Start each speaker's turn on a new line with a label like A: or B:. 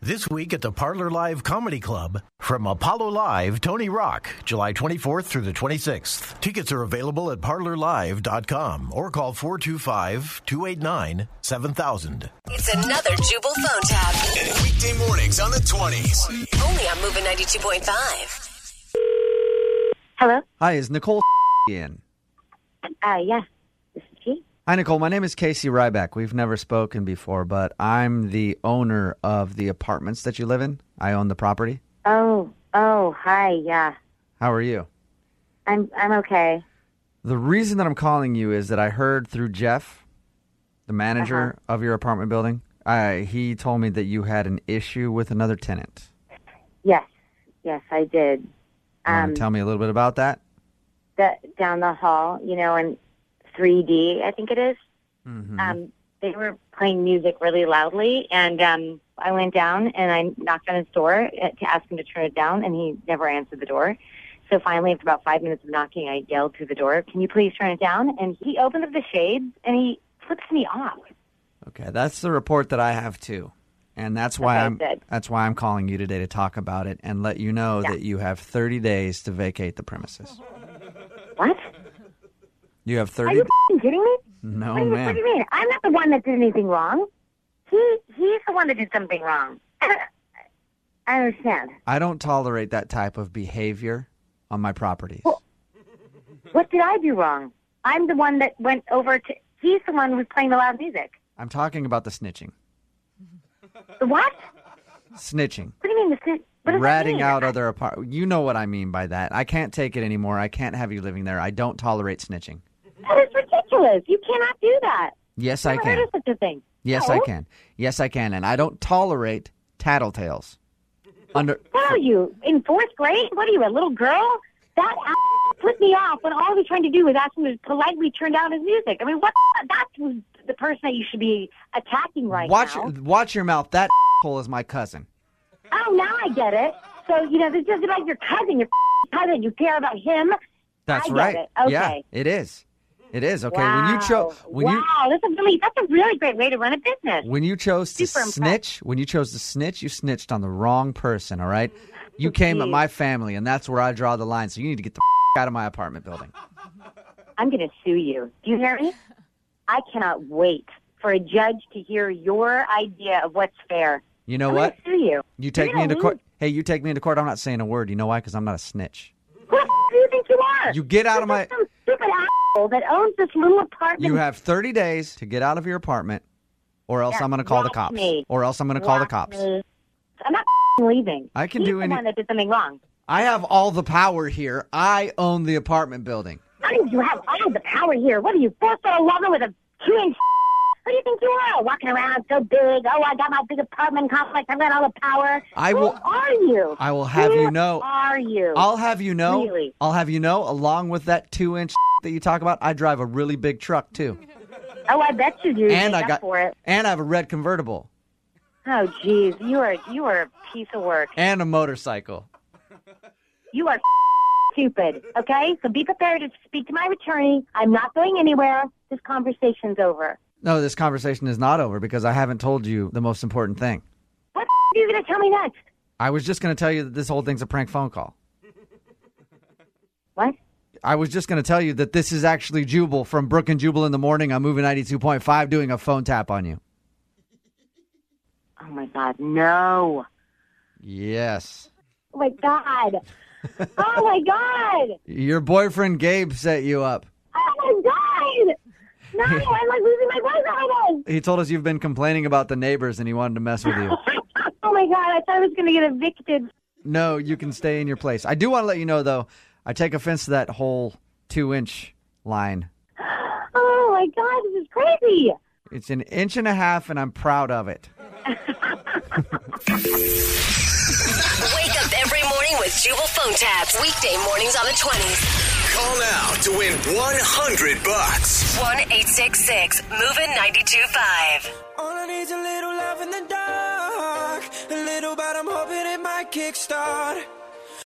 A: This week at the Parlor Live Comedy Club from Apollo Live, Tony Rock, July 24th through the 26th. Tickets are available at parlorlive.com or call 425 289 7000.
B: It's another Jubal phone tab.
C: Weekday mornings on the 20s.
B: Only on Moving 92.5.
D: Hello.
E: Hi, is Nicole in?
D: Uh, yeah. This is she.
E: Hi, Nicole. My name is Casey Ryback. We've never spoken before, but I'm the owner of the apartments that you live in. I own the property.
D: Oh. Oh. Hi. Yeah.
E: How are you?
D: I'm. I'm okay.
E: The reason that I'm calling you is that I heard through Jeff, the manager
D: Uh-huh.
E: of your apartment building, I, he told me that you had an issue with another tenant.
D: Yes. Yes, I did. Um,
E: Want to tell me a little bit about that?
D: The, down the hall, you know, in 3D, I think it is. Um, they were playing music really loudly, and um, I went down and I knocked on his door uh, to ask him to turn it down, and he never answered the door. So finally, after about five minutes of knocking, I yelled through the door, "Can you please turn it down?" And he opened up the shades and he flips me off.
E: Okay, that's the report that I have too. And that's why
D: Okay,
E: I'm
D: good.
E: that's why I'm calling you today to talk about it and let you know that you have 30 days to vacate the premises.
D: What?
E: You have
D: Are
E: 30
D: you f***ing kidding me?
E: No,
D: What do, you, what do
E: man.
D: you mean? I'm not the one that did anything wrong. He he's the one that did something wrong. I understand.
E: I don't tolerate that type of behavior on my properties.
D: What did I do wrong? I'm the one that went over to. He's the one who was playing the loud music.
E: I'm talking about the snitching.
D: The What?
E: Snitching.
D: What do you mean? This is, what does that
E: Ratting
D: mean?
E: out other apart. You know what I mean by that. I can't take it anymore. I can't have you living there. I don't tolerate snitching.
D: That is ridiculous. You cannot do that.
E: Yes, I
D: Never
E: can.
D: heard of such a thing.
E: Yes,
D: no.
E: I can. Yes, I can. And I don't tolerate tattletales. Under
D: What are you in fourth grade? What are you, a little girl? That a- flipped me off when all he was trying to do was ask him to politely turn down his music. I mean, what? the- That's the person that you should be attacking right
E: watch
D: now.
E: watch your mouth. That hole is my cousin.
D: Oh, now I get it. So, you know, this is about your cousin, your cousin. You care about him.
E: That's
D: I get
E: right.
D: it. Okay.
E: Yeah, it is. It is. Okay.
D: wow.
E: When you chose when you
D: wow, that's a really that's a really great way to run a business.
E: When you chose to
D: Super impressed.
E: snitch, when you chose to snitch, you snitched on the wrong person, all right? You came at
D: Jeez.
E: my family, and that's where I draw the line. So you need to get the f- out of my apartment building.
D: I'm going to sue you. Do you hear me? I cannot wait for a judge to hear your idea of what's fair.
E: You know
D: I'm
E: what?
D: Gonna sue you.
E: You take me
D: gonna
E: into court.
D: lose.
E: Hey, you take me into court. I'm not saying a word. You know why? Because I'm not a snitch.
D: Who the f- do you think you are?
E: You get out of
D: This is
E: my.
D: some stupid asshole that owns this little apartment.
E: You have 30 days to get out of your apartment, or else
D: Yeah,
E: I'm going to call the
D: rock
E: cops.
D: me.
E: Or else I'm going to call the
D: Block
E: cops.
D: me. I'm not f- leaving.
E: I can
D: He's
E: do
D: the
E: any-
D: one that did something wrong.
E: I have all the power here. I own the apartment building.
D: How do you have all the power here? What are you, first out of lover with a two inch? Who do you think you are? Walking around so big. Oh, I got my big apartment complex. I've got all the power.
E: I
D: Who
E: will-
D: are you?
E: I will have
D: Who
E: you know-
D: Are you?
E: I'll have you know.
D: Really?
E: I'll have you know. Along with that two-inch that you talk about, I drive a really big truck too,
D: oh, I bet you do.
E: and
D: Make
E: I
D: up
E: got
D: for it.
E: and I have a red convertible
D: Oh, jeez, you are you are a piece of work.
E: and a motorcycle.
D: You are stupid. Okay, so be prepared to speak to my attorney. I'm not going anywhere. This conversation's over.
E: No, this conversation is not over because I haven't told you the most important thing.
D: What the are you gonna tell me next?
E: I was just going to tell you that this whole thing's a prank phone call.
D: What?
E: I was just going to tell you that this is actually Jubal from Brook and Jubal in the morning. I'm moving 92.5 doing a phone tap on you.
D: Oh my God, no.
E: Yes.
D: Oh my god. Oh my god.
E: Your boyfriend Gabe set you up.
D: Oh my god. No, I'm like losing my voice on
E: He told us you've been complaining about the neighbors and he wanted to mess with you.
D: this. Oh my god, I thought I was gonna get evicted.
E: No, you can stay in your place. I do want to let you know, though, I take offense to that whole two inch line.
D: Oh my god, this is crazy.
E: It's an inch and a half, and I'm proud of it.
B: Wake up every morning with Jubal phone tabs. Weekday mornings on the 20s.
C: Call now to win 100 bucks.
B: 1 866 Moving 92.5.
F: All I need's a little love in the dark, a little, but I'm hoping it might kickstart.